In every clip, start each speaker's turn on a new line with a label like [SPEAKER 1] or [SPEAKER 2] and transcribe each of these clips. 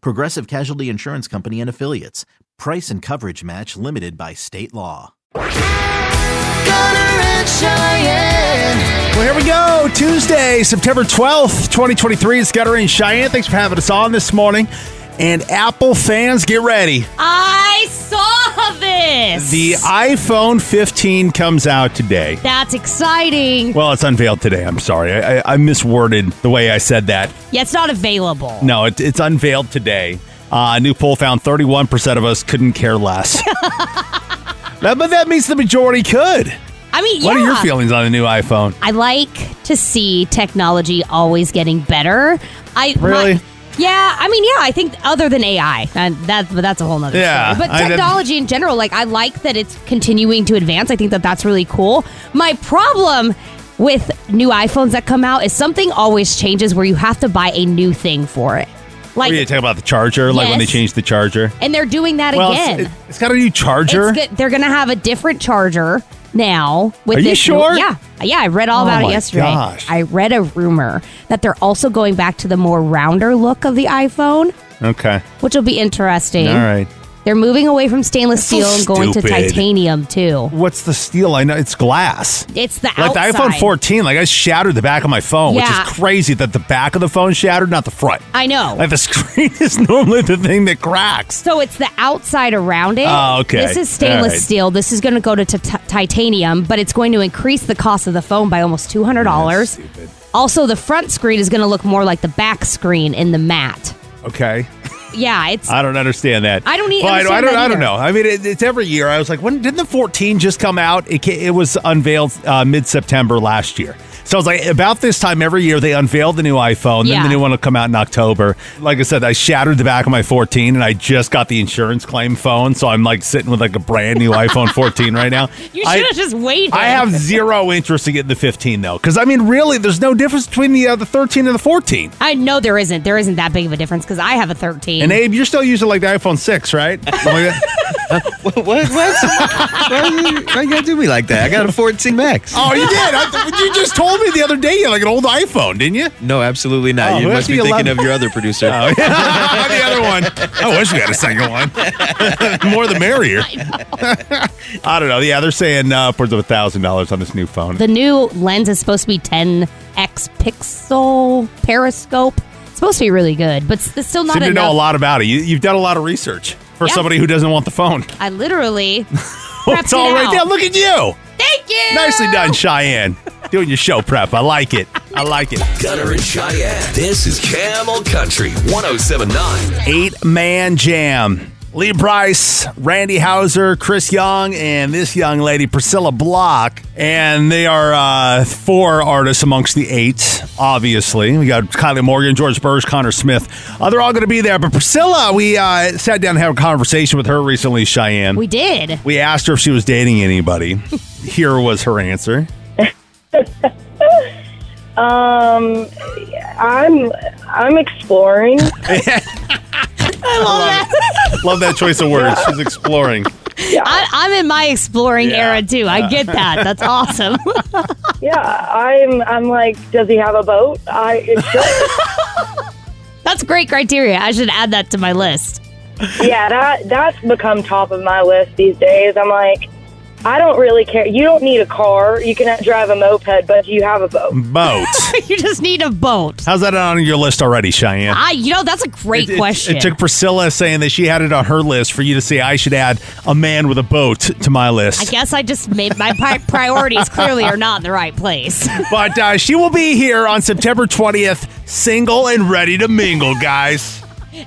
[SPEAKER 1] Progressive Casualty Insurance Company and Affiliates. Price and coverage match limited by state law.
[SPEAKER 2] Well, here we go. Tuesday, September 12th, 2023. It's Gutter and Cheyenne. Thanks for having us on this morning. And Apple fans, get ready.
[SPEAKER 3] I saw this.
[SPEAKER 2] The iPhone 15 comes out today.
[SPEAKER 3] That's exciting.
[SPEAKER 2] Well, it's unveiled today. I'm sorry. I, I, I misworded the way I said that.
[SPEAKER 3] yeah, it's not available.
[SPEAKER 2] No, it, it's unveiled today. Uh, a new poll found 31% of us couldn't care less. That- but that means the majority could.
[SPEAKER 3] I mean,
[SPEAKER 2] What are your
[SPEAKER 3] yeah.
[SPEAKER 2] feelings on the new iPhone?
[SPEAKER 3] I like to see technology always getting better. I my-
[SPEAKER 2] Really?
[SPEAKER 3] yeah, I mean, yeah. I think other than AI, and that but that's a whole nother
[SPEAKER 2] Yeah,
[SPEAKER 3] story. But
[SPEAKER 2] I-
[SPEAKER 3] technology in general, like I like that it's continuing to advance. I think that that's really cool. My problem with new iPhones that come out is something always changes where you have to buy a new thing for it. Like,
[SPEAKER 2] What are you talking about the charger? Like when they
[SPEAKER 3] Yes.
[SPEAKER 2] changed the charger?
[SPEAKER 3] and they're doing that
[SPEAKER 2] Well,
[SPEAKER 3] again.
[SPEAKER 2] it's, it's got a new charger.
[SPEAKER 3] It's good. They're gonna have a different charger now. With
[SPEAKER 2] Are you
[SPEAKER 3] this new-
[SPEAKER 2] sure?
[SPEAKER 3] yeah, yeah. I read all
[SPEAKER 2] Oh
[SPEAKER 3] about
[SPEAKER 2] my
[SPEAKER 3] it yesterday.
[SPEAKER 2] gosh.
[SPEAKER 3] I read a rumor that they're also going back to the more rounder look of the iPhone,
[SPEAKER 2] Okay.
[SPEAKER 3] which will be interesting.
[SPEAKER 2] All right.
[SPEAKER 3] They're moving away from stainless
[SPEAKER 2] That's
[SPEAKER 3] steel
[SPEAKER 2] so
[SPEAKER 3] and going to
[SPEAKER 2] stupid.
[SPEAKER 3] titanium too.
[SPEAKER 2] What's the steel? I know it's glass.
[SPEAKER 3] It's the
[SPEAKER 2] Like the
[SPEAKER 3] outside.
[SPEAKER 2] iPhone 14, like I shattered the back of my phone,
[SPEAKER 3] Yeah.
[SPEAKER 2] which is crazy that the back of the phone shattered, not the front.
[SPEAKER 3] I know.
[SPEAKER 2] Like the screen is normally the thing that cracks.
[SPEAKER 3] so it's the outside around it.
[SPEAKER 2] Oh, okay.
[SPEAKER 3] This is
[SPEAKER 2] All
[SPEAKER 3] stainless
[SPEAKER 2] right.
[SPEAKER 3] steel. This is going to go to t- t- titanium, but it's going to increase the cost of the phone by almost two hundred dollars. Also, the front screen is going to look more like the back screen in the matte.
[SPEAKER 2] Okay.
[SPEAKER 3] Yeah, it's
[SPEAKER 2] I don't understand that.
[SPEAKER 3] I don't e-
[SPEAKER 2] Well, I don't, I
[SPEAKER 3] understand
[SPEAKER 2] don't,
[SPEAKER 3] that
[SPEAKER 2] I don't
[SPEAKER 3] either.
[SPEAKER 2] know. I mean, it, it's every year. I was like, when didn't the 14 just come out? It, ca- it was unveiled uh, mid September last year. So I was like, about this time every year, they unveil the new iPhone. Then the
[SPEAKER 3] Yeah.
[SPEAKER 2] new one will come out in October. Like I said, I shattered the back of my 14 and I just got the insurance claim phone. So I'm like sitting with like a brand new iPhone 14 right now.
[SPEAKER 3] you
[SPEAKER 2] I-
[SPEAKER 3] should have just waited.
[SPEAKER 2] I have zero interest in getting the 15 though. Because I mean, really, there's no difference between the, uh, the 13 and the 14.
[SPEAKER 3] I know there isn't. There isn't that big of a difference because I have a thirteen.
[SPEAKER 2] And Abe, you're still using like the iPhone 6, right? Something like that?
[SPEAKER 4] What? What? why, are you, why you gotta do me like that? I got a 14 Max.
[SPEAKER 2] Oh, you did. I, but you just told me the other day you had like an old iPhone, didn't you?
[SPEAKER 4] No, absolutely not.
[SPEAKER 2] Oh,
[SPEAKER 4] you
[SPEAKER 2] who has
[SPEAKER 4] must be
[SPEAKER 2] the
[SPEAKER 4] thinking
[SPEAKER 2] 11?
[SPEAKER 4] of your other producer.
[SPEAKER 2] the other one. I wish we had a second one. More the merrier. I don't know. Yeah, they're saying uh, upwards of a thousand dollars on this new phone.
[SPEAKER 3] the new lens is supposed to be ten x pixel periscope. It's supposed to be really good, but it's still not
[SPEAKER 2] Seem to
[SPEAKER 3] enough.
[SPEAKER 2] know a lot about it. You, you've done a lot of research for
[SPEAKER 3] Yeah.
[SPEAKER 2] somebody who doesn't want the phone.
[SPEAKER 3] I literally.
[SPEAKER 2] it's all right there. Look at you.
[SPEAKER 3] Thank you.
[SPEAKER 2] Nicely done, Cheyenne. Doing your show prep. I like it. I like it.
[SPEAKER 5] Gunner and Cheyenne. This is Camel Country 1079.
[SPEAKER 2] Eight man jam. Lee Bryce, Randy Hauser, Chris Young, and this young lady, Priscilla Block. And they are uh, four artists amongst the eight, obviously. We got Kylie Morgan, George Burris, Connor Smith. Uh, they're all going to be there. But Priscilla, we uh, sat down and had a conversation with her recently, Cheyenne.
[SPEAKER 3] We did.
[SPEAKER 2] we asked her if she was dating anybody. Here was her answer.
[SPEAKER 6] Um, I'm I'm exploring.
[SPEAKER 2] Love that choice of words. She's exploring.
[SPEAKER 3] I, I'm in my exploring
[SPEAKER 2] Yeah.
[SPEAKER 3] era too. I get that. That's awesome.
[SPEAKER 6] yeah, I'm I'm like, does he have a boat? I it should.
[SPEAKER 3] That's great criteria. I should add that to my list.
[SPEAKER 6] yeah, that that's become top of my list these days. I'm like, I don't really care. You don't need a car. You can drive a moped, but you have a boat.
[SPEAKER 2] Boat.
[SPEAKER 3] you just need a boat.
[SPEAKER 2] How's that on your list already, Cheyenne?
[SPEAKER 3] I, you know, that's a great
[SPEAKER 2] It- it-
[SPEAKER 3] question.
[SPEAKER 2] It, took Priscilla saying that she had it on her list for you to say I should add a man with a boat to my list.
[SPEAKER 3] I guess I just made my pri- priorities clearly are not in the right place.
[SPEAKER 2] But uh, she will be here on September 20th, single and ready to mingle, guys.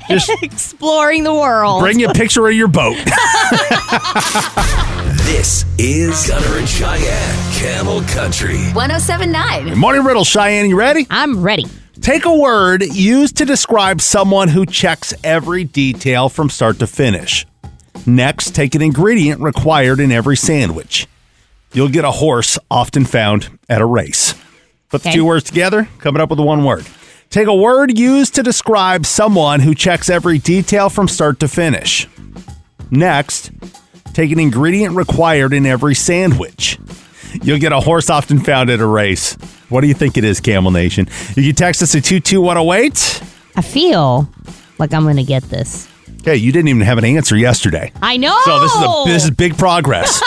[SPEAKER 2] Just
[SPEAKER 3] Exploring the world.
[SPEAKER 2] bring you a picture of your boat.
[SPEAKER 5] This is Gunner and Cheyenne, Camel Country.
[SPEAKER 7] 1079.
[SPEAKER 2] Morning riddle, Cheyenne. You ready?
[SPEAKER 3] I'm ready.
[SPEAKER 2] Take a word used to describe someone who checks every detail from start to finish. Next, take an ingredient required in every sandwich. You'll get a horse often found at a race. Put the
[SPEAKER 3] Okay.
[SPEAKER 2] two words together, coming up with the one word. Take a word used to describe someone who checks every detail from start to finish. Next, take an ingredient required in every sandwich. You'll get a horse often found at a race. What do you think it is, Camel Nation? You can text us at 22108.
[SPEAKER 3] I feel like I'm going to get this.
[SPEAKER 2] Okay, you didn't even have an answer yesterday.
[SPEAKER 3] I know.
[SPEAKER 2] So this is
[SPEAKER 3] Oh!
[SPEAKER 2] a, this is big progress.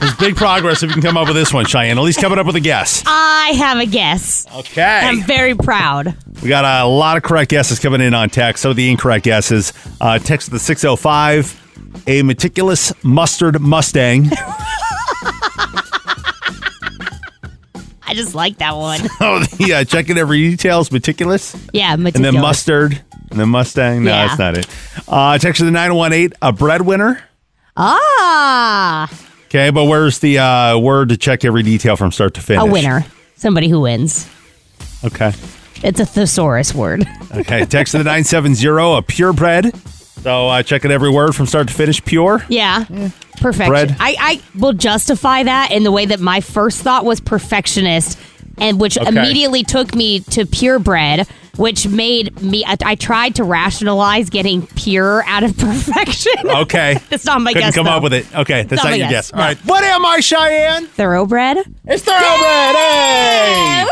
[SPEAKER 2] There's big progress if you can come up with this one, Cheyenne. At least coming up with a guess.
[SPEAKER 3] I have a guess.
[SPEAKER 2] Okay.
[SPEAKER 3] I'm very proud.
[SPEAKER 2] We got a lot of correct guesses coming in on text. Some of the incorrect guesses. Uh, text to the 605 a meticulous mustard Mustang.
[SPEAKER 3] I just like that one.
[SPEAKER 2] oh, yeah, checking every detail is meticulous.
[SPEAKER 3] Yeah,
[SPEAKER 2] And
[SPEAKER 3] meticulous.
[SPEAKER 2] then mustard. And then Mustang. No,
[SPEAKER 3] Yeah.
[SPEAKER 2] that's not it. Uh, text to the 918 a breadwinner.
[SPEAKER 3] Ah,
[SPEAKER 2] Okay, but where's the uh, word to check every detail from start to finish?
[SPEAKER 3] a winner. Somebody who wins.
[SPEAKER 2] Okay.
[SPEAKER 3] It's a thesaurus word.
[SPEAKER 2] Okay. Text to the 970 a purebred. So uh, checking every word from start to finish pure.
[SPEAKER 3] Yeah. Perfection.
[SPEAKER 2] Bread.
[SPEAKER 3] I, I will justify that in the way that my first thought was perfectionist, and which
[SPEAKER 2] Okay.
[SPEAKER 3] immediately took me to purebred, which made me. I, I tried to rationalize getting pure out of perfection.
[SPEAKER 2] Okay.
[SPEAKER 3] That's not my
[SPEAKER 2] Couldn't
[SPEAKER 3] guess,
[SPEAKER 2] come
[SPEAKER 3] though.
[SPEAKER 2] up with it. Okay, that's not,
[SPEAKER 3] Not my
[SPEAKER 2] your guess.
[SPEAKER 3] guess,
[SPEAKER 2] All right. What am I, Cheyenne?
[SPEAKER 3] Thoroughbred.
[SPEAKER 2] It's thoroughbred. Hey!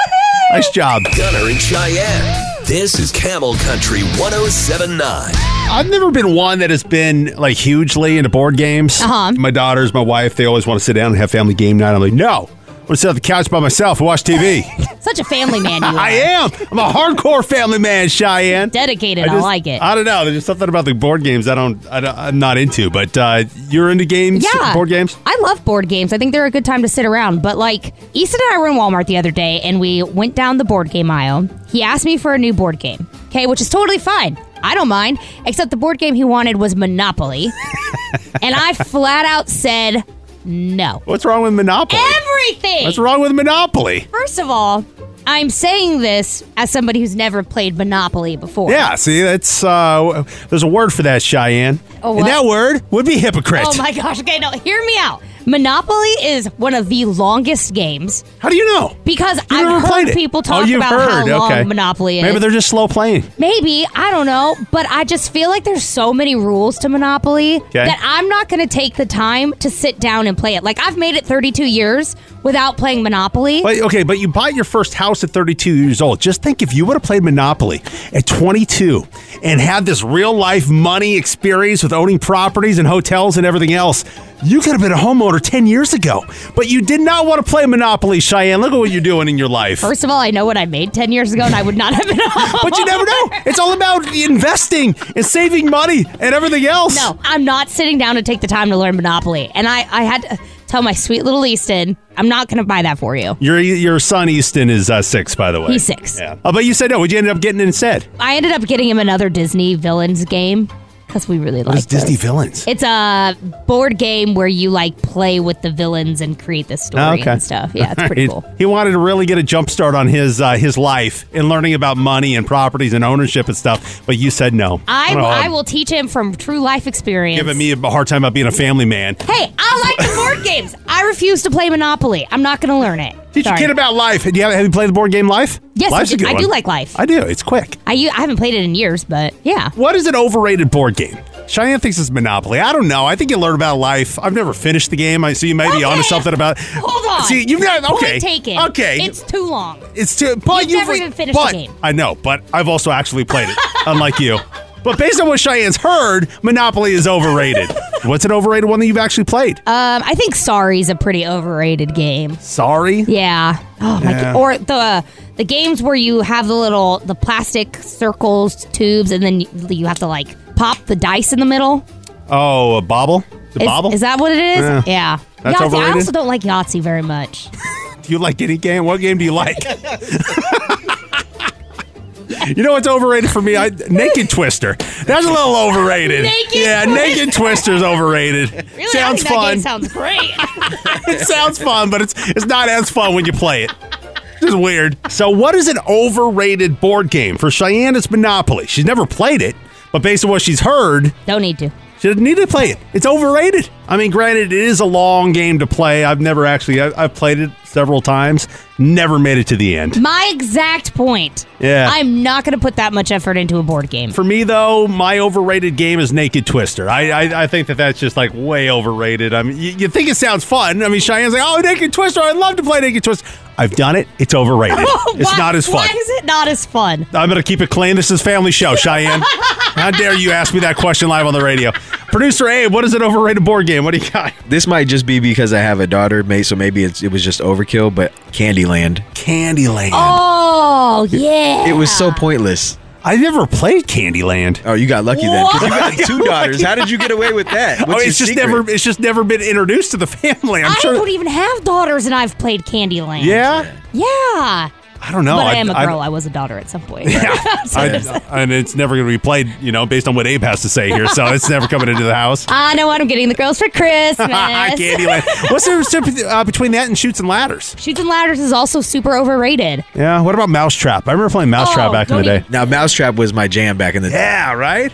[SPEAKER 2] Nice job.
[SPEAKER 5] Gunner and Cheyenne. This is Camel Country 1079.
[SPEAKER 2] I've never been one that has been like hugely into board games.
[SPEAKER 3] Uh-huh.
[SPEAKER 2] My daughters, my wife, they always want to sit down and have family game night. I'm like, no. I want to sit on the couch by myself and watch TV.
[SPEAKER 3] Such a family man you are.
[SPEAKER 2] I am. I'm a hardcore family man, Cheyenne.
[SPEAKER 3] Dedicated. I,
[SPEAKER 2] just-
[SPEAKER 3] like it.
[SPEAKER 2] I don't know. There's just something about the board games I don't. I don't I'm not into. But uh, you're into games.
[SPEAKER 3] yeah.
[SPEAKER 2] Board games.
[SPEAKER 3] I love board games. I think they're a good time to sit around. But like, Easton and I were in Walmart the other day and we went down the board game aisle. He asked me for a new board game, okay, which is totally fine. I don't mind, except the board game he wanted was Monopoly. and I flat out said no.
[SPEAKER 2] What's wrong with Monopoly?
[SPEAKER 3] Everything!
[SPEAKER 2] What's wrong with Monopoly?
[SPEAKER 3] First of all, I'm saying this as somebody who's never played Monopoly before.
[SPEAKER 2] Yeah. See, that's uh, there's a word for that, Cheyenne.
[SPEAKER 3] A
[SPEAKER 2] And
[SPEAKER 3] what?
[SPEAKER 2] that word would be hypocrite.
[SPEAKER 3] Oh my gosh. Okay, no, hear me out. Monopoly is one of the longest games
[SPEAKER 2] How do you know?
[SPEAKER 3] because
[SPEAKER 2] You've
[SPEAKER 3] I've
[SPEAKER 2] never played
[SPEAKER 3] heard
[SPEAKER 2] it.
[SPEAKER 3] people
[SPEAKER 2] oh,
[SPEAKER 3] talk
[SPEAKER 2] you've
[SPEAKER 3] about
[SPEAKER 2] heard.
[SPEAKER 3] how long
[SPEAKER 2] okay.
[SPEAKER 3] Monopoly is.
[SPEAKER 2] Maybe they're just slow playing.
[SPEAKER 3] Maybe, I don't know, but I just feel like there's so many rules to Monopoly that I'm not going to take the time to sit down and play it. Like I've made it 32 years without playing Monopoly.
[SPEAKER 2] But okay, but you bought your first house at 32 years old. Just think if you would have played Monopoly at 22 and had this real life money experience with owning properties and hotels and everything else, you could have been a homeowner 10 years ago. But you did not want to play Monopoly, Cheyenne. Look at what you're doing in your life.
[SPEAKER 3] First of all, I know what I made 10 years ago and I would not have been
[SPEAKER 2] but you never know. It's all about investing and saving money and everything else.
[SPEAKER 3] No, I'm not sitting down to take the time to learn Monopoly. And I, I had to tell my sweet little Easton, I'm not going to buy that for you.
[SPEAKER 2] Your, your son Easton is uh, six, by the way.
[SPEAKER 3] He's six.
[SPEAKER 2] Yeah. Uh, but you said no. What'd you end up getting instead?
[SPEAKER 3] I ended up getting him another Disney villains game because we really like
[SPEAKER 2] Those Disney
[SPEAKER 3] those.
[SPEAKER 2] villains.
[SPEAKER 3] It's a board game where you like play with the villains and create the story
[SPEAKER 2] Oh, okay.
[SPEAKER 3] and stuff. Yeah, it's pretty
[SPEAKER 2] He-
[SPEAKER 3] cool.
[SPEAKER 2] He wanted to really get a jump start on his uh, his life and learning about money and properties and ownership and stuff. But you said no.
[SPEAKER 3] I,
[SPEAKER 2] don't know,
[SPEAKER 3] I will teach him from true life experience.
[SPEAKER 2] Giving me a hard time about being a family man.
[SPEAKER 3] hey, I like the board games. I refuse to play Monopoly. I'm not going to learn it.
[SPEAKER 2] Teach your
[SPEAKER 3] Sorry.
[SPEAKER 2] kid about life. Do you have, have you played the board game Life?
[SPEAKER 3] Yes, I
[SPEAKER 2] Life's a
[SPEAKER 3] do-
[SPEAKER 2] good
[SPEAKER 3] I
[SPEAKER 2] one.
[SPEAKER 3] do like Life.
[SPEAKER 2] I do. It's quick.
[SPEAKER 3] I, u- I haven't played it in years, but yeah.
[SPEAKER 2] What is an overrated board game? Cheyenne thinks it's Monopoly. I don't know. I think you learn about life. I've never finished the game. I see you may be onto
[SPEAKER 3] Okay.
[SPEAKER 2] something about.
[SPEAKER 3] Hold on.
[SPEAKER 2] See, you've got okay.
[SPEAKER 3] Point taken.
[SPEAKER 2] Okay,
[SPEAKER 3] It's too long.
[SPEAKER 2] It's too. But
[SPEAKER 3] You've never even finished
[SPEAKER 2] but-
[SPEAKER 3] the game.
[SPEAKER 2] I know, but I've also actually played it, unlike you. But based on what Cheyenne's heard, Monopoly is overrated. What's an overrated one that you've actually played?
[SPEAKER 3] Um, I think Sorry's a pretty overrated game.
[SPEAKER 2] Sorry.
[SPEAKER 3] Yeah. Oh my.
[SPEAKER 2] Yeah.
[SPEAKER 3] God. Or the the games where you have the little the plastic circles tubes, and then you, you have to like pop the dice in the middle.
[SPEAKER 2] Oh, a bobble. The
[SPEAKER 3] Is,
[SPEAKER 2] bobble.
[SPEAKER 3] is that what it is?
[SPEAKER 2] Yeah.
[SPEAKER 3] Yeah.
[SPEAKER 2] That's
[SPEAKER 3] Yahtzee. I
[SPEAKER 2] overrated?
[SPEAKER 3] also don't like Yahtzee very much.
[SPEAKER 2] do you like any game? What game do you like? You know what's overrated for me? I, naked Twister. That's a little overrated.
[SPEAKER 3] Naked
[SPEAKER 2] yeah,
[SPEAKER 3] Twister.
[SPEAKER 2] Naked Twister's overrated.
[SPEAKER 3] Really,
[SPEAKER 2] sounds
[SPEAKER 3] I think That
[SPEAKER 2] fun.
[SPEAKER 3] game sounds great.
[SPEAKER 2] it sounds fun, but it's it's not as fun when you play it. It's weird. So, what is an overrated board game for Cheyenne? It's Monopoly. She's never played it, but based on what she's heard,
[SPEAKER 3] don't need to.
[SPEAKER 2] she doesn't need to play it. It's overrated. I mean, granted, it is a long game to play. I've never actually I, I've played it several times. Never made it to the end.
[SPEAKER 3] My exact point.
[SPEAKER 2] Yeah.
[SPEAKER 3] I'm not going to put that much effort into a board game.
[SPEAKER 2] For me, though, my overrated game is Naked Twister. I I, I think that that's just like way overrated. I mean, you, you think it sounds fun. I mean, Cheyenne's like, oh, Naked Twister. I'd love to play Naked Twister. I've done it. It's overrated. it's
[SPEAKER 3] Why-
[SPEAKER 2] not as fun.
[SPEAKER 3] Why is it not as fun?
[SPEAKER 2] I'm going to keep it clean. This is family show, Cheyenne. How dare you ask me that question live on the radio? Producer Abe, what is an overrated board game? What do you got?
[SPEAKER 4] This might just be because I have a daughter, mate. So maybe it's, it was just overkill. But Candyland,
[SPEAKER 2] Candyland.
[SPEAKER 3] Oh yeah.
[SPEAKER 4] it was so pointless.
[SPEAKER 2] I've never played Candyland.
[SPEAKER 4] Oh, you got lucky then. 'cause You
[SPEAKER 2] What?
[SPEAKER 4] got two daughters. How did you get away with that?
[SPEAKER 2] oh,
[SPEAKER 4] What's your
[SPEAKER 2] it's just
[SPEAKER 4] secret?
[SPEAKER 2] never it's just never been introduced to the family. I'm
[SPEAKER 3] I
[SPEAKER 2] sure.
[SPEAKER 3] don't even have daughters, and I've played Candyland.
[SPEAKER 2] yeah, Oh,
[SPEAKER 3] Yeah.
[SPEAKER 2] I don't know.
[SPEAKER 3] but I, am a girl. I, was a daughter at some point.
[SPEAKER 2] I- and it's never going to be played, you know, based on what Abe has to say here. So it's never coming into the house.
[SPEAKER 3] I know what I'm getting the girls for Christmas.
[SPEAKER 2] Candyland. What's the difference uh, between that and shoots and ladders?
[SPEAKER 3] Shoots and ladders is also super overrated.
[SPEAKER 2] Yeah. What about mousetrap? I remember playing mousetrap
[SPEAKER 3] Oh,
[SPEAKER 2] back in the
[SPEAKER 3] don't
[SPEAKER 2] day.
[SPEAKER 3] even-
[SPEAKER 4] Now, Mousetrap was my jam back in the day.
[SPEAKER 2] Yeah. Right.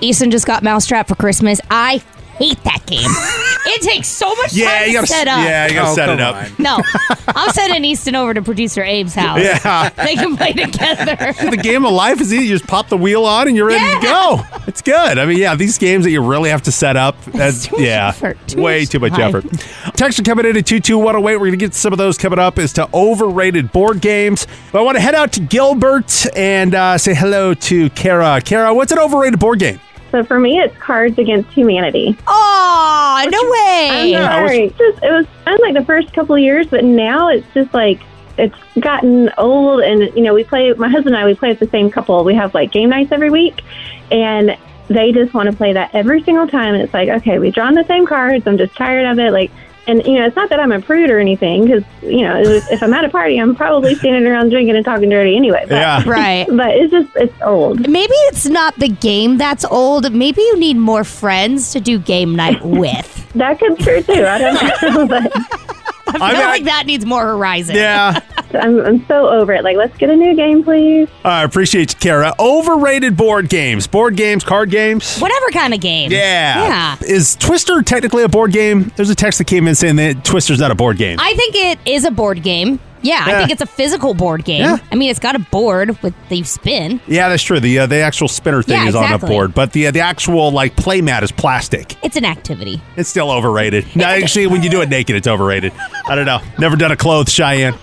[SPEAKER 3] Easton just got Mousetrap for Christmas. I hate that game. it takes so much
[SPEAKER 2] Yeah.
[SPEAKER 3] time
[SPEAKER 2] You got
[SPEAKER 3] to
[SPEAKER 2] to.
[SPEAKER 3] set up.
[SPEAKER 2] Yeah. You got to
[SPEAKER 4] Oh,
[SPEAKER 2] set
[SPEAKER 4] come
[SPEAKER 2] it up.
[SPEAKER 4] on.
[SPEAKER 3] No, I'm sending Easton over to producer Abe's house.
[SPEAKER 2] Yeah.
[SPEAKER 3] They can play together.
[SPEAKER 2] The game of life is easy. You just pop the wheel on and you're ready to go. It's good. I mean, yeah, these games that you really have to set up. That's,
[SPEAKER 3] too much
[SPEAKER 2] yeah,
[SPEAKER 3] effort. Too
[SPEAKER 2] way
[SPEAKER 3] much
[SPEAKER 2] too much
[SPEAKER 3] time.
[SPEAKER 2] effort. Text are coming in at 22108. We're going to get some of those coming up as to overrated board games. But I want to head out to Gilbert and uh, say hello to Kara. Kara, what's an overrated board game?
[SPEAKER 7] So for me, it's Cards Against Humanity.
[SPEAKER 3] Oh, no way.
[SPEAKER 7] All right, just it was fun like the first couple of years, but now it's just like it's gotten old, and you know we play. My husband and I we play as the same couple. We have like game nights every week, and they just want to play that every single time. And it's like, okay, we've drawn the same cards. I'm just tired of it. Like. And you know, it's not that I'm a prude or anything, because you know, if if I'm at a party, I'm probably standing around drinking and talking dirty anyway. But,
[SPEAKER 2] Yeah.
[SPEAKER 3] Right.
[SPEAKER 7] but it's just it's old.
[SPEAKER 3] Maybe it's not the game that's old. Maybe you need more friends to do game night with.
[SPEAKER 7] That could be true too. I don't know, but
[SPEAKER 3] I feel
[SPEAKER 2] I mean,
[SPEAKER 3] like that needs more horizon.
[SPEAKER 2] Yeah.
[SPEAKER 7] I'm, I'm so over it. Like, let's get a new game, please.
[SPEAKER 2] I appreciate you, Kara. Overrated board games, board games, card games.
[SPEAKER 3] Whatever kind of game.
[SPEAKER 2] Yeah.
[SPEAKER 3] Yeah.
[SPEAKER 2] Is Twister technically a board game? There's a text that came in saying that Twister's not a board game.
[SPEAKER 3] I think it is a board game. Yeah,
[SPEAKER 2] Yeah.
[SPEAKER 3] I think it's a physical board game.
[SPEAKER 2] Yeah.
[SPEAKER 3] I mean, it's got a board with the spin.
[SPEAKER 2] Yeah, that's true. The uh, the actual spinner thing
[SPEAKER 3] Yeah,
[SPEAKER 2] is on a
[SPEAKER 3] exactly.
[SPEAKER 2] board, but the uh, the actual like play mat is plastic.
[SPEAKER 3] It's an activity.
[SPEAKER 2] It's still overrated. No, actually, when you do it naked, it's overrated. I don't know. Never done a clothes Cheyenne.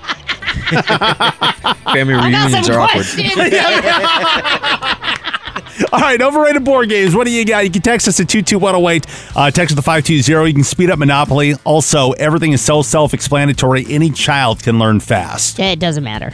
[SPEAKER 4] Family reunions are awkward.
[SPEAKER 2] All right, overrated board games. What do you got? You can text us at 22108, uh, text the 520. You can speed up Monopoly. Also, everything is so self explanatory. Any child can learn fast.
[SPEAKER 3] It doesn't matter.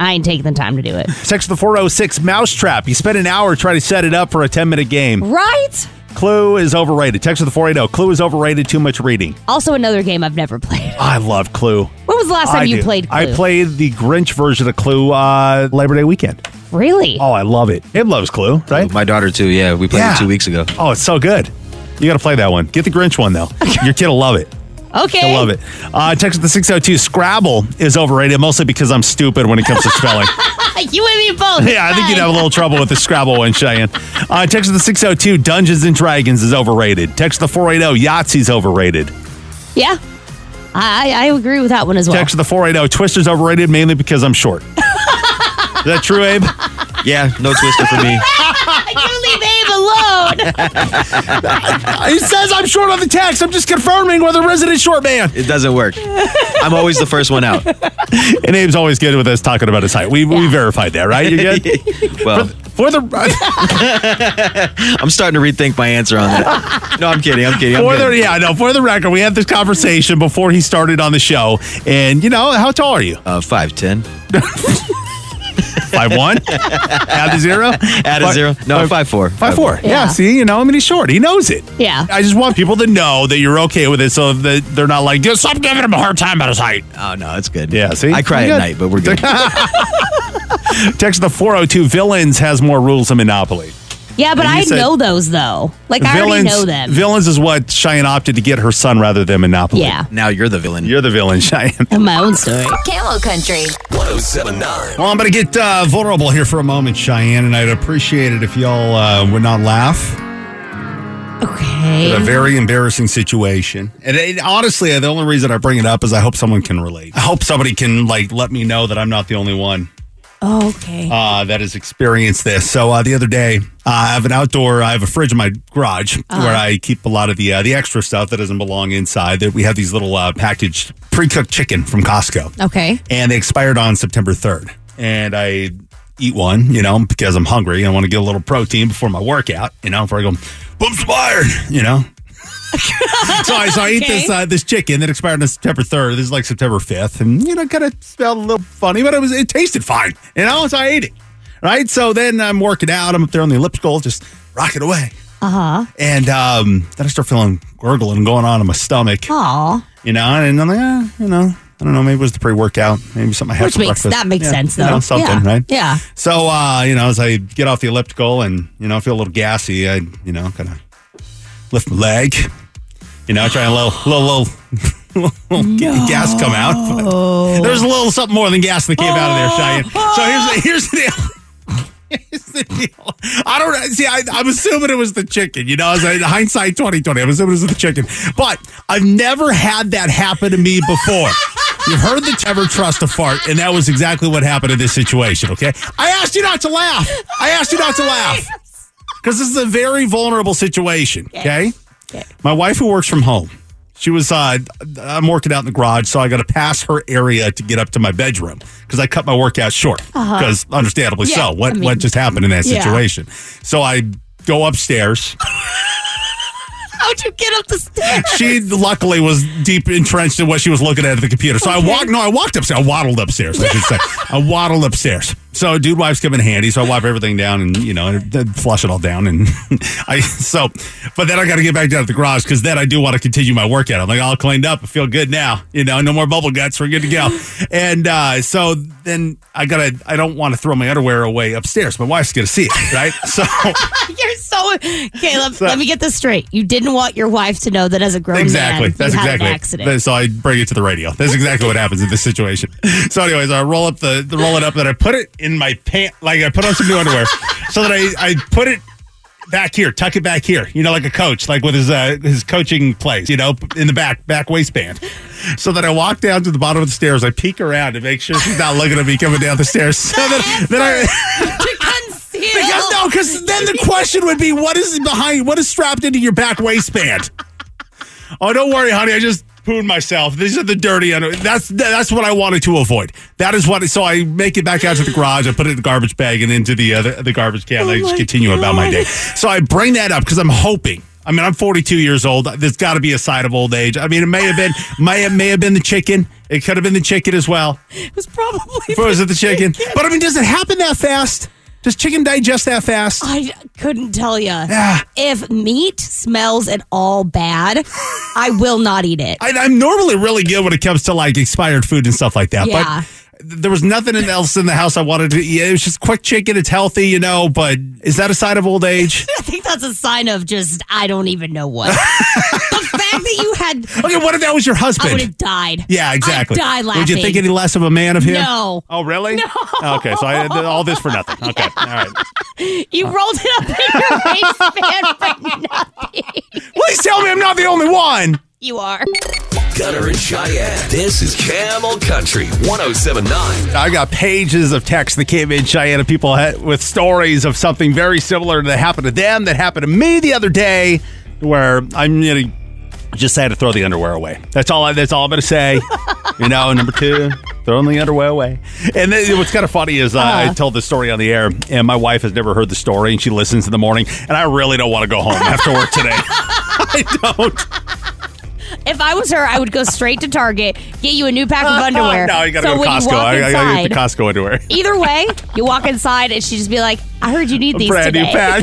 [SPEAKER 3] I ain't taking the time to do it.
[SPEAKER 2] Text the 406 Mousetrap. You spend an hour trying to set it up for a 10 minute game.
[SPEAKER 3] Right?
[SPEAKER 2] Clue is overrated. Text to the 480. Clue is overrated. Too much reading.
[SPEAKER 3] Also, another game I've never played.
[SPEAKER 2] I love Clue.
[SPEAKER 3] When was the last time
[SPEAKER 2] I
[SPEAKER 3] you
[SPEAKER 2] do.
[SPEAKER 3] played Clue?
[SPEAKER 2] I played the Grinch version of Clue uh, Labor Day weekend.
[SPEAKER 3] Really?
[SPEAKER 2] Oh, I love it. It loves Clue, right?
[SPEAKER 4] Oh, My daughter, too. Yeah, we played
[SPEAKER 2] Yeah.
[SPEAKER 4] it two weeks ago.
[SPEAKER 2] Oh, it's so good. You got to play that one. Get the Grinch one, though. Your kid will love it.
[SPEAKER 3] okay.
[SPEAKER 2] He'll love it. Uh, text at the 602 Scrabble is overrated, mostly because I'm stupid when it comes to spelling.
[SPEAKER 3] you and me both.
[SPEAKER 2] yeah, I think you'd have a little trouble with the Scrabble one, Cheyenne. Uh, text at the 602 Dungeons and Dragons is overrated. Text the 480 Yahtzee's overrated.
[SPEAKER 3] Yeah. I, I agree with that one as well.
[SPEAKER 2] Text the 480 Twister's overrated mainly because I'm short. is that true, Abe?
[SPEAKER 4] Yeah, no twister for me.
[SPEAKER 3] you leave Abe alone.
[SPEAKER 2] He says I'm short on the text. I'm just confirming whether resident short man.
[SPEAKER 4] It doesn't work. I'm always the first one out.
[SPEAKER 2] And Abe's always good with us talking about his height. We we verified that, right? You good?
[SPEAKER 4] Well,
[SPEAKER 2] For, For the
[SPEAKER 4] I'm starting to rethink my answer on that. No, I'm kidding. I'm kidding. I'm
[SPEAKER 2] for the
[SPEAKER 4] kidding.
[SPEAKER 2] yeah, no, for the record, we had this conversation before he started on the show, and you know how tall are you?
[SPEAKER 4] Uh, five ten.
[SPEAKER 2] Five one? Add a zero?
[SPEAKER 4] Add a
[SPEAKER 2] Fi-
[SPEAKER 4] zero. No, five four.
[SPEAKER 2] Five four. Yeah.
[SPEAKER 3] Yeah.
[SPEAKER 2] See, you know, I mean, he's short. He knows it.
[SPEAKER 3] Yeah.
[SPEAKER 2] I just want people to know that you're okay with it, so that they're not like, "Just stop giving him a hard time about his height."
[SPEAKER 4] Oh no, it's good.
[SPEAKER 2] Yeah, see?
[SPEAKER 4] I cry
[SPEAKER 2] You
[SPEAKER 4] at
[SPEAKER 2] got-
[SPEAKER 4] night, but we're good.
[SPEAKER 2] Text the 402 villains has more rules than Monopoly.
[SPEAKER 3] Yeah, but
[SPEAKER 2] And you
[SPEAKER 3] I
[SPEAKER 2] said-
[SPEAKER 3] know those though. Like I already know them.
[SPEAKER 2] Villains is what Cheyenne opted to get her son rather than Monopoly.
[SPEAKER 3] yeah,
[SPEAKER 4] now you're the villain.
[SPEAKER 2] You're the villain, Cheyenne.
[SPEAKER 3] and my own story.
[SPEAKER 8] Camel Country.
[SPEAKER 5] 1079.
[SPEAKER 2] Well, I'm going to get uh, vulnerable here for a moment, Cheyenne, and I'd appreciate it if y'all uh, would not laugh. It's a
[SPEAKER 3] Okay.
[SPEAKER 2] very embarrassing situation. And it, honestly, the only reason I bring it up is I hope someone can relate. I hope somebody can like let me know that I'm not the only one
[SPEAKER 3] Oh, okay.
[SPEAKER 2] uh, that has experienced this. So uh, the other day, uh, I have an outdoor, I have a fridge in my garage where I keep a lot of the uh, the extra stuff that doesn't belong inside. That we have these little uh, packaged pre cooked chicken from Costco
[SPEAKER 3] Okay.
[SPEAKER 2] and they expired on September 3rd. And I eat one, you know, because I'm hungry. I want to get a little protein before my workout, you know, before I go, boom, expired, you know. so I, so I eat this uh, this chicken that expired on September 3rd. This is like September 5th. And, you know, kind of smelled a little funny, but it was it tasted fine, you know, so I ate it. Right. So then I'm working out. I'm up there on the elliptical, just rocking away. Uh huh. And um, then I start feeling gurgling going on in my stomach
[SPEAKER 3] Aw,
[SPEAKER 2] you know, and I'm like, ah, you know, I don't know, maybe it was the pre-workout, maybe something I had
[SPEAKER 3] which
[SPEAKER 2] for
[SPEAKER 3] makes
[SPEAKER 2] breakfast.
[SPEAKER 3] that makes
[SPEAKER 2] Yeah,
[SPEAKER 3] sense though.
[SPEAKER 2] you know, something,
[SPEAKER 3] yeah.
[SPEAKER 2] right?
[SPEAKER 3] Yeah.
[SPEAKER 2] So, uh, you know, as I get off the elliptical and you know, I feel a little gassy, I you know, kind of lift my leg, you know, try a little, little, little, little gas come out. But there's a little something more than gas that came out of there, Cheyenne. So here's the here's the deal. Here's the deal. I don't know. see. I, I'm assuming it was the chicken. You know, as I, hindsight 2020. I'm assuming it was the chicken, but I've never had that happen to me before. You've heard the never trust a fart, and that was exactly what happened in this situation. Okay, I asked you not to laugh. I asked you not to laugh because this is a very vulnerable situation. Okay? My wife, who works from home, she was, uh, I'm working out in the garage, so I got to pass her area to get up to my bedroom because I cut my workout short. Because understandably
[SPEAKER 3] Uh-huh. Yeah,
[SPEAKER 2] so, what,
[SPEAKER 3] I mean-
[SPEAKER 2] what just happened in that
[SPEAKER 3] Yeah.
[SPEAKER 2] situation? So I go upstairs.
[SPEAKER 3] How'd you get up the stairs?
[SPEAKER 2] She luckily was deep entrenched in what she was looking at at the computer. So I walked. No, I walked upstairs. I waddled upstairs. I should say. I waddled upstairs. So dude wipes come in handy. So I wipe everything down and you know and then flush it all down. And I so, but then I got to get back down to the garage because then I do want to continue my workout. I'm like all cleaned up. I feel good now. You know, no more bubble guts. We're good to go. And uh, so then I gotta. I don't want to throw my underwear away upstairs. My wife's gonna see it, right? So.
[SPEAKER 3] You're so Caleb. let me get this straight. You didn't want your wife to know that as a grown
[SPEAKER 2] Exactly.
[SPEAKER 3] man,
[SPEAKER 2] That's
[SPEAKER 3] you had
[SPEAKER 2] exactly.
[SPEAKER 3] an accident.
[SPEAKER 2] Then- So I bring it to the radio. That's exactly what happens in this situation. So, anyways, I roll up the, the roll it up, then I put it in my pant, like I put on some new underwear, so that I I put it back here, tuck it back here. You know, like a coach, like with his uh, his coaching plays. You know, in the back back waistband. So that I walk down to the bottom of the stairs. I peek around to make sure she's not looking at me coming down the stairs. So that, then I.
[SPEAKER 3] to conceal.
[SPEAKER 2] Because no, because then the question would be, what is behind? What is strapped into your back waistband? oh, don't worry, honey. I just pooed myself. These are the dirty under. That's that's what I wanted to avoid. That is what. So I make it back out to the garage. I put it in the garbage bag and into the other the garbage can. and I just continue about Oh my day. So I bring that up because I'm hoping. I mean, I'm 42 years old. There's got to be a side of old age. I mean, it may have been, may it may have been the chicken. It could have been the chicken as well.
[SPEAKER 3] It was probably.
[SPEAKER 2] Or was it the chicken? But I mean, does it happen that fast? Does chicken digest that fast?
[SPEAKER 3] I couldn't tell you.
[SPEAKER 2] Yeah.
[SPEAKER 3] If meat smells at all bad, I will not eat it.
[SPEAKER 2] I, I'm normally really good when it comes to like expired food and stuff like that.
[SPEAKER 3] Yeah.
[SPEAKER 2] But there was nothing else in the house I wanted to eat. It was just quick chicken. It's healthy, you know, but is that a sign of old age?
[SPEAKER 3] I think that's a sign of just I don't even know what. the fact that you had,
[SPEAKER 2] Okay, what if that was your
[SPEAKER 3] I would
[SPEAKER 2] husband?
[SPEAKER 3] have died.
[SPEAKER 2] Yeah, exactly.
[SPEAKER 3] I died laughing.
[SPEAKER 2] Would you think any less of a man of him?
[SPEAKER 3] No.
[SPEAKER 2] Oh, really? No. Okay, so I did all this for nothing. Okay, all right.
[SPEAKER 3] you rolled it up in your waistband, but nothing.
[SPEAKER 2] Please tell me I'm not the only one.
[SPEAKER 3] You are.
[SPEAKER 5] Gunner and Cheyenne. This is Camel Country 1079.
[SPEAKER 2] I got pages of texts that came in, Cheyenne, of people ha- with stories of something very similar that happened to them, that happened to me the other day, where I'm gonna just had to throw the underwear away. That's all. I, that's all I'm gonna say. you know, number two, They're only underway away. And then what's kind of funny is uh,
[SPEAKER 3] Uh-huh.
[SPEAKER 2] I tell the story on the air, and my wife has never heard the story, and she listens in the morning. And I really don't want to go home after work today. I don't.
[SPEAKER 3] If I was her, I would go straight to Target, get you a new pack of underwear.
[SPEAKER 2] Uh, no, you got to
[SPEAKER 3] so
[SPEAKER 2] go
[SPEAKER 3] when
[SPEAKER 2] to
[SPEAKER 3] you
[SPEAKER 2] Costco.
[SPEAKER 3] walk
[SPEAKER 2] I, I gotta get
[SPEAKER 3] inside-
[SPEAKER 2] the Costco underwear.
[SPEAKER 3] Either way, you walk inside and she just be like, "I heard you need these
[SPEAKER 2] brand
[SPEAKER 3] today."
[SPEAKER 2] new pack.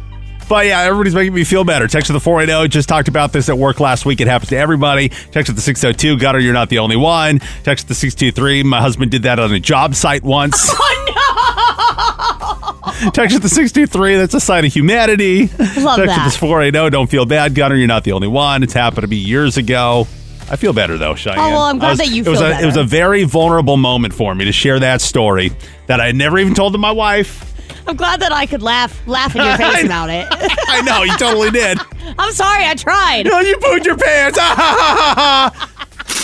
[SPEAKER 2] But yeah, everybody's making me feel better. Text to the 480. Just talked about this at work last week. It happens to everybody. Text to the 602. Got her, you're not the only one. Text to the 623. My husband did that on a job site once. Oh, no. Text to the 623. That's a sign of humanity.
[SPEAKER 3] Oh,
[SPEAKER 2] Text
[SPEAKER 3] Love
[SPEAKER 2] to
[SPEAKER 3] that.
[SPEAKER 2] the 480. Don't feel bad, Gunner. You're not the only one. It's happened to me years ago. I feel better though, Cheyenne.
[SPEAKER 3] Oh, well, I'm
[SPEAKER 2] I
[SPEAKER 3] glad that you
[SPEAKER 2] it was
[SPEAKER 3] feel
[SPEAKER 2] a, It was
[SPEAKER 3] better.
[SPEAKER 2] a very vulnerable moment for me to share that story that I never even told to my wife.
[SPEAKER 3] I'm glad that I could laugh laugh in your face about it.
[SPEAKER 2] I know you totally did.
[SPEAKER 3] I'm sorry, I tried.
[SPEAKER 2] No, you pooed your pants.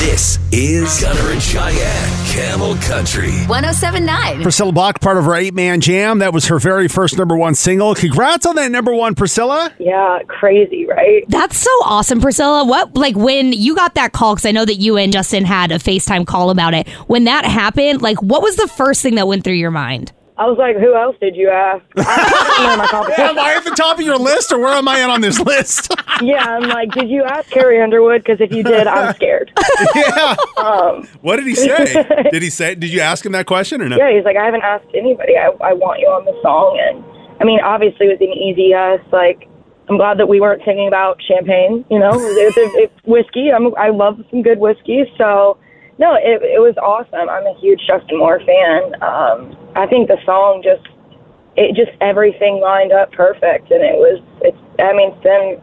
[SPEAKER 5] This is Gunner and Cheyenne, Camel Country.
[SPEAKER 9] 1079.
[SPEAKER 2] Priscilla Bach, part of our eight man jam. That was her very first number one single. Congrats on that number one, Priscilla.
[SPEAKER 6] Yeah, crazy, right?
[SPEAKER 3] That's so awesome, Priscilla. What like when you got that call? Because I know that you and Justin had a FaceTime call about it. When that happened, like, what was the first thing that went through your mind?
[SPEAKER 6] I was like, who else did you ask? I don't know my competition.
[SPEAKER 2] Am I at the top of your list, or where am I at on this list?
[SPEAKER 6] Yeah, I'm like, did you ask Carrie Underwood? Because if you did, I'm scared.
[SPEAKER 2] yeah. what did he say? Did he say? Did you ask him that question or no?
[SPEAKER 6] Yeah, he's like, I haven't asked anybody. I, I want you on the song. And I mean, obviously, it was an easy yes. Like, I'm glad that we weren't singing about champagne. You know, it's, it's, it's whiskey. I'm, I love some good whiskey. So, no, it, it was awesome. I'm a huge Justin Moore fan. Um, I think the song just, it just everything lined up perfect. And it was, it's, I mean, it's been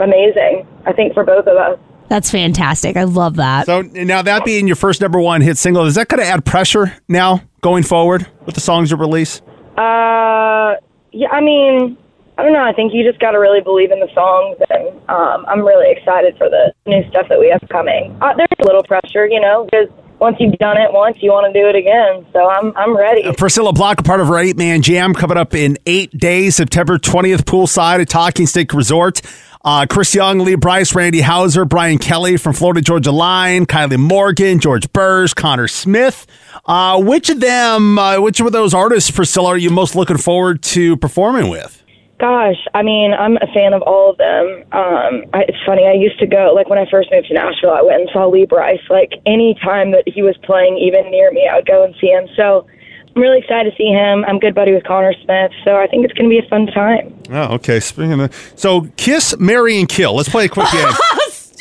[SPEAKER 6] amazing, I think, for both of us.
[SPEAKER 3] That's fantastic. I love that.
[SPEAKER 2] So now that being your first number one hit single, is that going to add pressure now going forward with the songs you release?
[SPEAKER 6] Uh, yeah, I mean, I don't know. I think you just got to really believe in the songs, and um, I'm really excited for the new stuff that we have coming. Uh, there's a little pressure, you know, because once you've done it once, you want to do it again. So I'm I'm ready.
[SPEAKER 2] Priscilla Block, a part of our eight man jam, coming up in eight days, September 20th, poolside at Talking Stick Resort. Uh, Chris Young, Lee Bryce, Randy Hauser, Brian Kelly from Florida Georgia Line, Kylie Morgan, George Burrs, Connor Smith. Uh, which of them, uh, which of those artists, Priscilla, are you most looking forward to performing with?
[SPEAKER 6] Gosh, I mean, I'm a fan of all of them. Um, I, it's funny. I used to go like when I first moved to Nashville, I went and saw Lee Bryce. Like any time that he was playing, even near me, I would go and see him. So I'm really excited to see him. I'm good buddy with Connor Smith, so I think it's going to be a fun time.
[SPEAKER 2] Oh, okay. Speaking of, so Kiss, Marry, and Kill. Let's play a quick game.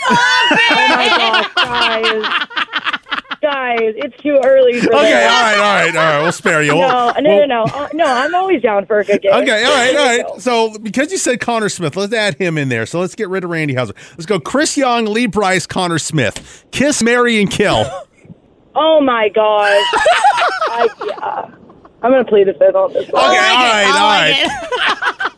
[SPEAKER 6] Oh my gosh, guys. guys, it's too early for
[SPEAKER 2] okay. All
[SPEAKER 6] this.
[SPEAKER 2] right. All right. All right. We'll spare you. We'll-
[SPEAKER 6] No, no, no, no. Uh, no, I'm always down for a good game.
[SPEAKER 2] Okay, all right, all right. So because you said Connor Smith, let's add him in there. So let's get rid of Randy Hauser. Let's go Chris Young, Lee Bryce, Connor Smith. Kiss, marry, and kill.
[SPEAKER 6] Oh my gosh. I, yeah. I'm gonna plead the fifth on this one.
[SPEAKER 2] Okay, all right,
[SPEAKER 6] Oh,
[SPEAKER 2] all right.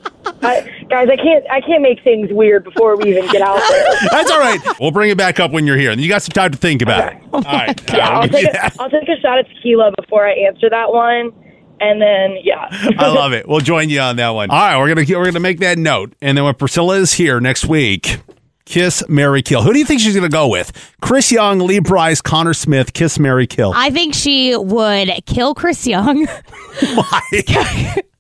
[SPEAKER 6] I, guys, I can't, I can't make things weird before we even get out there.
[SPEAKER 2] That's all right. We'll bring it back up when you're here. And you got some time to think about it.
[SPEAKER 6] Oh,
[SPEAKER 2] all right. all right,
[SPEAKER 6] I'll
[SPEAKER 2] we'll do
[SPEAKER 6] take,
[SPEAKER 2] that.
[SPEAKER 6] a, I'll take a shot at tequila before I answer that one, and then yeah.
[SPEAKER 2] I love it. We'll join you on that one. All right, we're gonna we're gonna make that note, and then when Priscilla is here next week, kiss, marry, kill. Who do you think she's gonna go with? Chris Young, Lee Bryce, Connor Smith. Kiss, marry, kill.
[SPEAKER 3] I think she would kill Chris Young.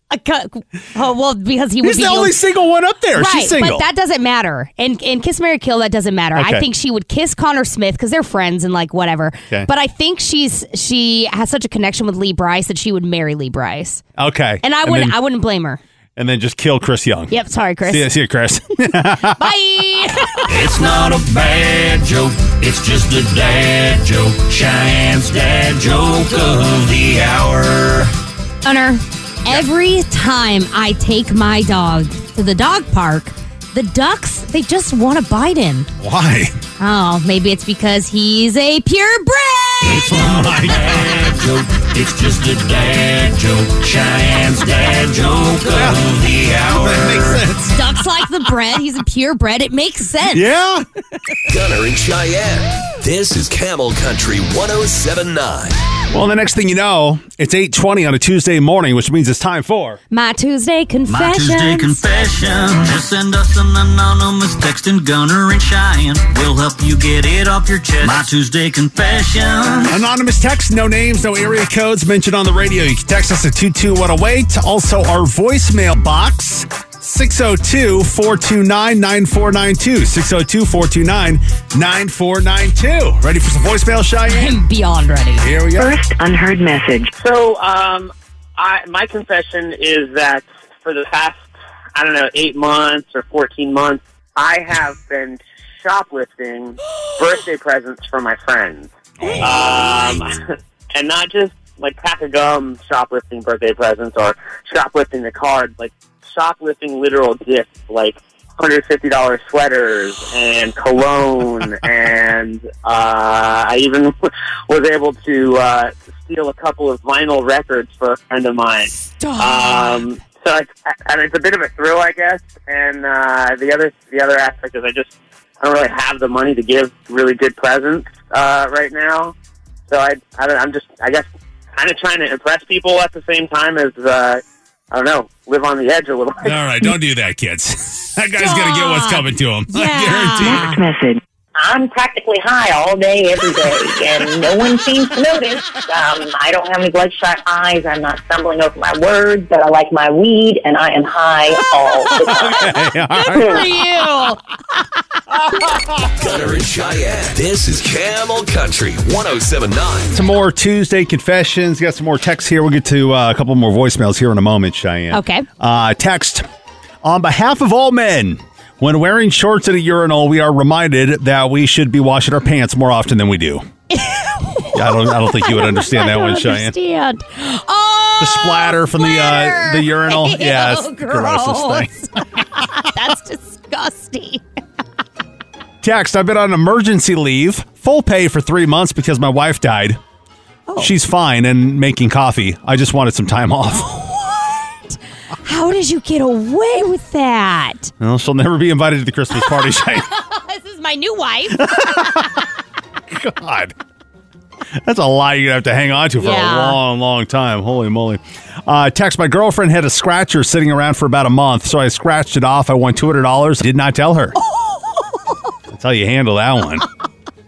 [SPEAKER 3] A cu- oh, well, because he would
[SPEAKER 2] He's
[SPEAKER 3] be
[SPEAKER 2] the only
[SPEAKER 3] guilty-
[SPEAKER 2] single one up there.
[SPEAKER 3] Right,
[SPEAKER 2] she's single.
[SPEAKER 3] but that doesn't matter. And and kiss Mary Kill that doesn't matter.
[SPEAKER 2] Okay.
[SPEAKER 3] I think she would kiss Connor Smith because they're friends and like whatever.
[SPEAKER 2] Okay.
[SPEAKER 3] But I think she's she has such a connection with Lee Bryce that she would marry Lee Bryce.
[SPEAKER 2] okay.
[SPEAKER 3] And I wouldn't
[SPEAKER 2] then-
[SPEAKER 3] I wouldn't blame her.
[SPEAKER 2] and then just kill Chris Young.
[SPEAKER 3] Yep, sorry, Chris.
[SPEAKER 2] See you, see you, Chris.
[SPEAKER 3] Bye.
[SPEAKER 5] It's not a bad joke, it's just a dad joke. Cheyenne's dad joke of the hour.
[SPEAKER 3] Hunter, every time I take my dog to the dog park, the ducks, they just want to bite him.
[SPEAKER 2] Why?
[SPEAKER 3] Oh, maybe it's because he's a purebred.
[SPEAKER 5] It's not a dad joke, it's just a dad joke. Cheyenne's dad joke of the hour.
[SPEAKER 2] sense.
[SPEAKER 3] Ducks like the bread. He's a purebred. It makes sense.
[SPEAKER 2] Yeah.
[SPEAKER 5] oh Gunner and Cheyenne. This is Camel Country 1079.
[SPEAKER 2] Well, the next thing you know, it's 8.20 on a Tuesday morning, which means it's time for...
[SPEAKER 3] My Tuesday confession.
[SPEAKER 5] My Tuesday confession. Just send us an anonymous text and Gunner and Cheyenne. We'll help you get it off your chest. My Tuesday confession.
[SPEAKER 2] Anonymous text, no names, no area codes mentioned on the radio. You can text us at 22108. Also, our voicemail box, 602 429 9492. 602 429 9492. Ready for some voicemail, Cheyenne?
[SPEAKER 3] I'm beyond ready.
[SPEAKER 2] Here we go.
[SPEAKER 9] First unheard message.
[SPEAKER 10] So, um, I, my confession is that for the past, I don't know, eight months or 14 months, I have been shoplifting birthday presents for my friends. Um, and not just like pack of gum shoplifting birthday presents or shoplifting the card, like shoplifting literal gifts like $150 sweaters and cologne. and uh, I even was able to uh, steal a couple of vinyl records for a friend of mine. Um, so it's, I mean, it's a bit of a thrill, I guess. And uh, the other the other aspect is I just I don't really have the money to give really good presents uh, right now. So I, I don't, I'm just I guess kind of trying to impress people at the same time as uh, I don't know live on the edge a little.
[SPEAKER 2] All right, don't do that, kids. That guy's going to get what's coming to him. I
[SPEAKER 3] Yeah.
[SPEAKER 2] guarantee it.
[SPEAKER 9] Next message.
[SPEAKER 10] I'm practically high all day, every day, and no one seems to notice. Um, I don't have any bloodshot eyes. I'm not stumbling over my words, but I like my weed, and I am high all the time.
[SPEAKER 3] Good for you.
[SPEAKER 5] Gunner and Cheyenne. This is Camel Country 1079.
[SPEAKER 2] Some more Tuesday confessions. Got some more texts here. We'll get to uh, a couple more voicemails here in a moment, Cheyenne.
[SPEAKER 3] Okay.
[SPEAKER 2] Uh, text on behalf of all men. When wearing shorts at a urinal, we are reminded that we should be washing our pants more often than we do.
[SPEAKER 5] Uh,
[SPEAKER 2] Yeah, I don't. I don't think you would understand
[SPEAKER 3] I
[SPEAKER 2] that
[SPEAKER 3] don't
[SPEAKER 2] one, Cheyenne.
[SPEAKER 3] understand. Oh,
[SPEAKER 2] The splatter from the uh,
[SPEAKER 3] splatter.
[SPEAKER 2] the urinal. yeah,
[SPEAKER 3] Ew,
[SPEAKER 2] it's the grossest thing.
[SPEAKER 3] gross. That's disgusting.
[SPEAKER 2] Text: I've been on emergency leave, full pay for three months because my wife died.
[SPEAKER 3] Oh.
[SPEAKER 2] She's fine and making coffee. I just wanted some time off.
[SPEAKER 3] What? How did you get away with that?
[SPEAKER 2] Well, she'll never be invited to the Christmas party. Shane.
[SPEAKER 3] This is my new wife.
[SPEAKER 2] God. That's a lie you're going to have to hang on to for
[SPEAKER 3] Yeah.
[SPEAKER 2] a long, long time. Holy moly. Uh, text My girlfriend had a scratcher sitting around for about a month, so I scratched it off. I won $200. Did not tell her.
[SPEAKER 3] Oh.
[SPEAKER 2] That's how you handle that one.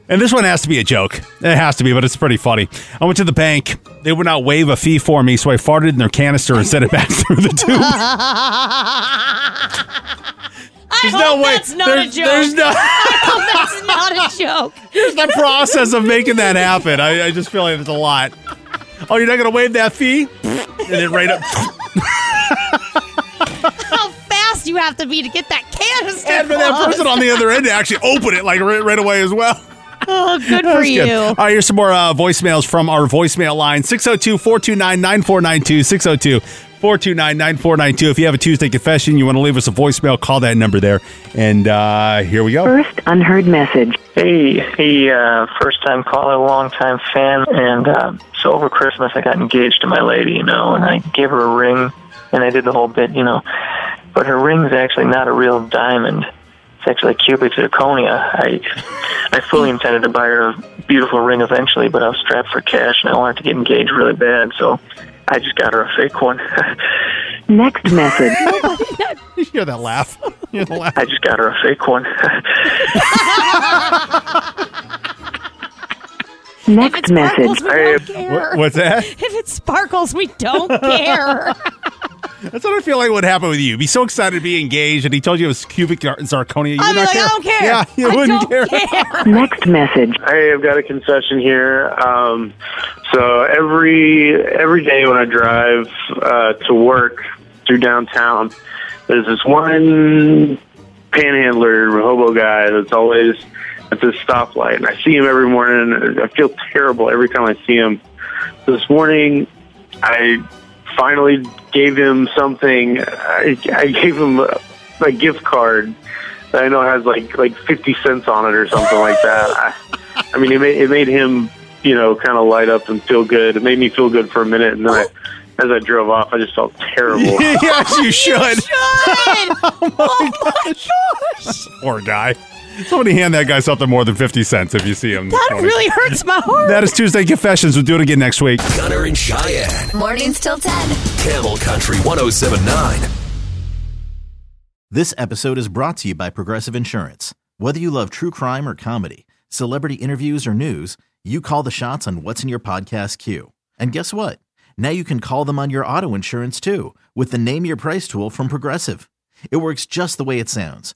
[SPEAKER 2] And this one has to be a joke. It has to be, but it's pretty funny. I went to the bank. They would not waive a fee for me, so I farted in their canister and sent it back through the tube.
[SPEAKER 3] I
[SPEAKER 2] There's
[SPEAKER 3] hope
[SPEAKER 2] no way.
[SPEAKER 3] that's not
[SPEAKER 2] there's,
[SPEAKER 3] a joke.
[SPEAKER 2] There's no.
[SPEAKER 3] that's not a joke.
[SPEAKER 2] the process of making that happen. I, I just feel like it's a lot. Oh, you're not going to waive that fee? And then right up.
[SPEAKER 3] How fast you have to be to get that canister.
[SPEAKER 2] And for that
[SPEAKER 3] closed.
[SPEAKER 2] person on the other end to actually open it like right, right away as well.
[SPEAKER 3] Oh, good for
[SPEAKER 2] That's
[SPEAKER 3] you.
[SPEAKER 2] good. All right, here's some more uh, voicemails from our voicemail line 602 429 9492. 602 429 9492. If you have a Tuesday confession, you want to leave us a voicemail, call that number there. And uh, here we go.
[SPEAKER 9] First unheard message.
[SPEAKER 10] Hey, hey, uh, first time caller, long time fan. And uh, so over Christmas, I got engaged to my lady, you know, and I gave her a ring and I did the whole bit, you know. But her ring's actually not a real diamond. It's actually cubic zirconia. I, I fully intended to buy her a beautiful ring eventually, but I was strapped for cash and I wanted to get engaged really bad, so I just got her a fake one.
[SPEAKER 9] Next message.
[SPEAKER 2] You hear that laugh? You hear the laugh.
[SPEAKER 10] I just got her a fake one.
[SPEAKER 3] If it
[SPEAKER 9] Next
[SPEAKER 3] sparkles,
[SPEAKER 9] message.
[SPEAKER 3] we don't care.
[SPEAKER 2] What- What's that?
[SPEAKER 3] If it sparkles, we don't care.
[SPEAKER 2] That's what I feel like would happen with you. You'd be so excited to be engaged, and he told you it was cubic zir- zirconia. You
[SPEAKER 3] I'd
[SPEAKER 2] would not
[SPEAKER 3] be like,
[SPEAKER 2] care.
[SPEAKER 3] I don't care.
[SPEAKER 2] Yeah, you
[SPEAKER 3] I
[SPEAKER 2] wouldn't
[SPEAKER 3] don't
[SPEAKER 2] care.
[SPEAKER 9] Next message.
[SPEAKER 10] Hey, I've got a concession here. Um, so every every day when I drive uh, to work through downtown, there's this one panhandler hobo guy that's always at this stoplight, and I see him every morning. and I feel terrible every time I see him. This morning, I finally gave him something. I, I gave him a, a gift card that I know has like like fifty cents on it or something like that. I, I mean, it made, it made him, you know, kind of light up and feel good. It made me feel good for a minute, and then I, as I drove off, I just felt terrible.
[SPEAKER 2] yes, you should.
[SPEAKER 3] Good.
[SPEAKER 2] Poor guy. Somebody hand that guy something more than 50 cents if you see him.
[SPEAKER 3] That really hurts my heart.
[SPEAKER 2] That is Tuesday Confessions. We'll do it again next week.
[SPEAKER 11] Gunner and Cheyenne.
[SPEAKER 12] Mornings till 10.
[SPEAKER 11] Camel Country 1079.
[SPEAKER 1] This episode is brought to you by Progressive Insurance. Whether you love true crime or comedy, celebrity interviews or news, you call the shots on what's in your podcast queue. And guess what? Now you can call them on your auto insurance too with the Name Your Price tool from Progressive. It works just the way it sounds.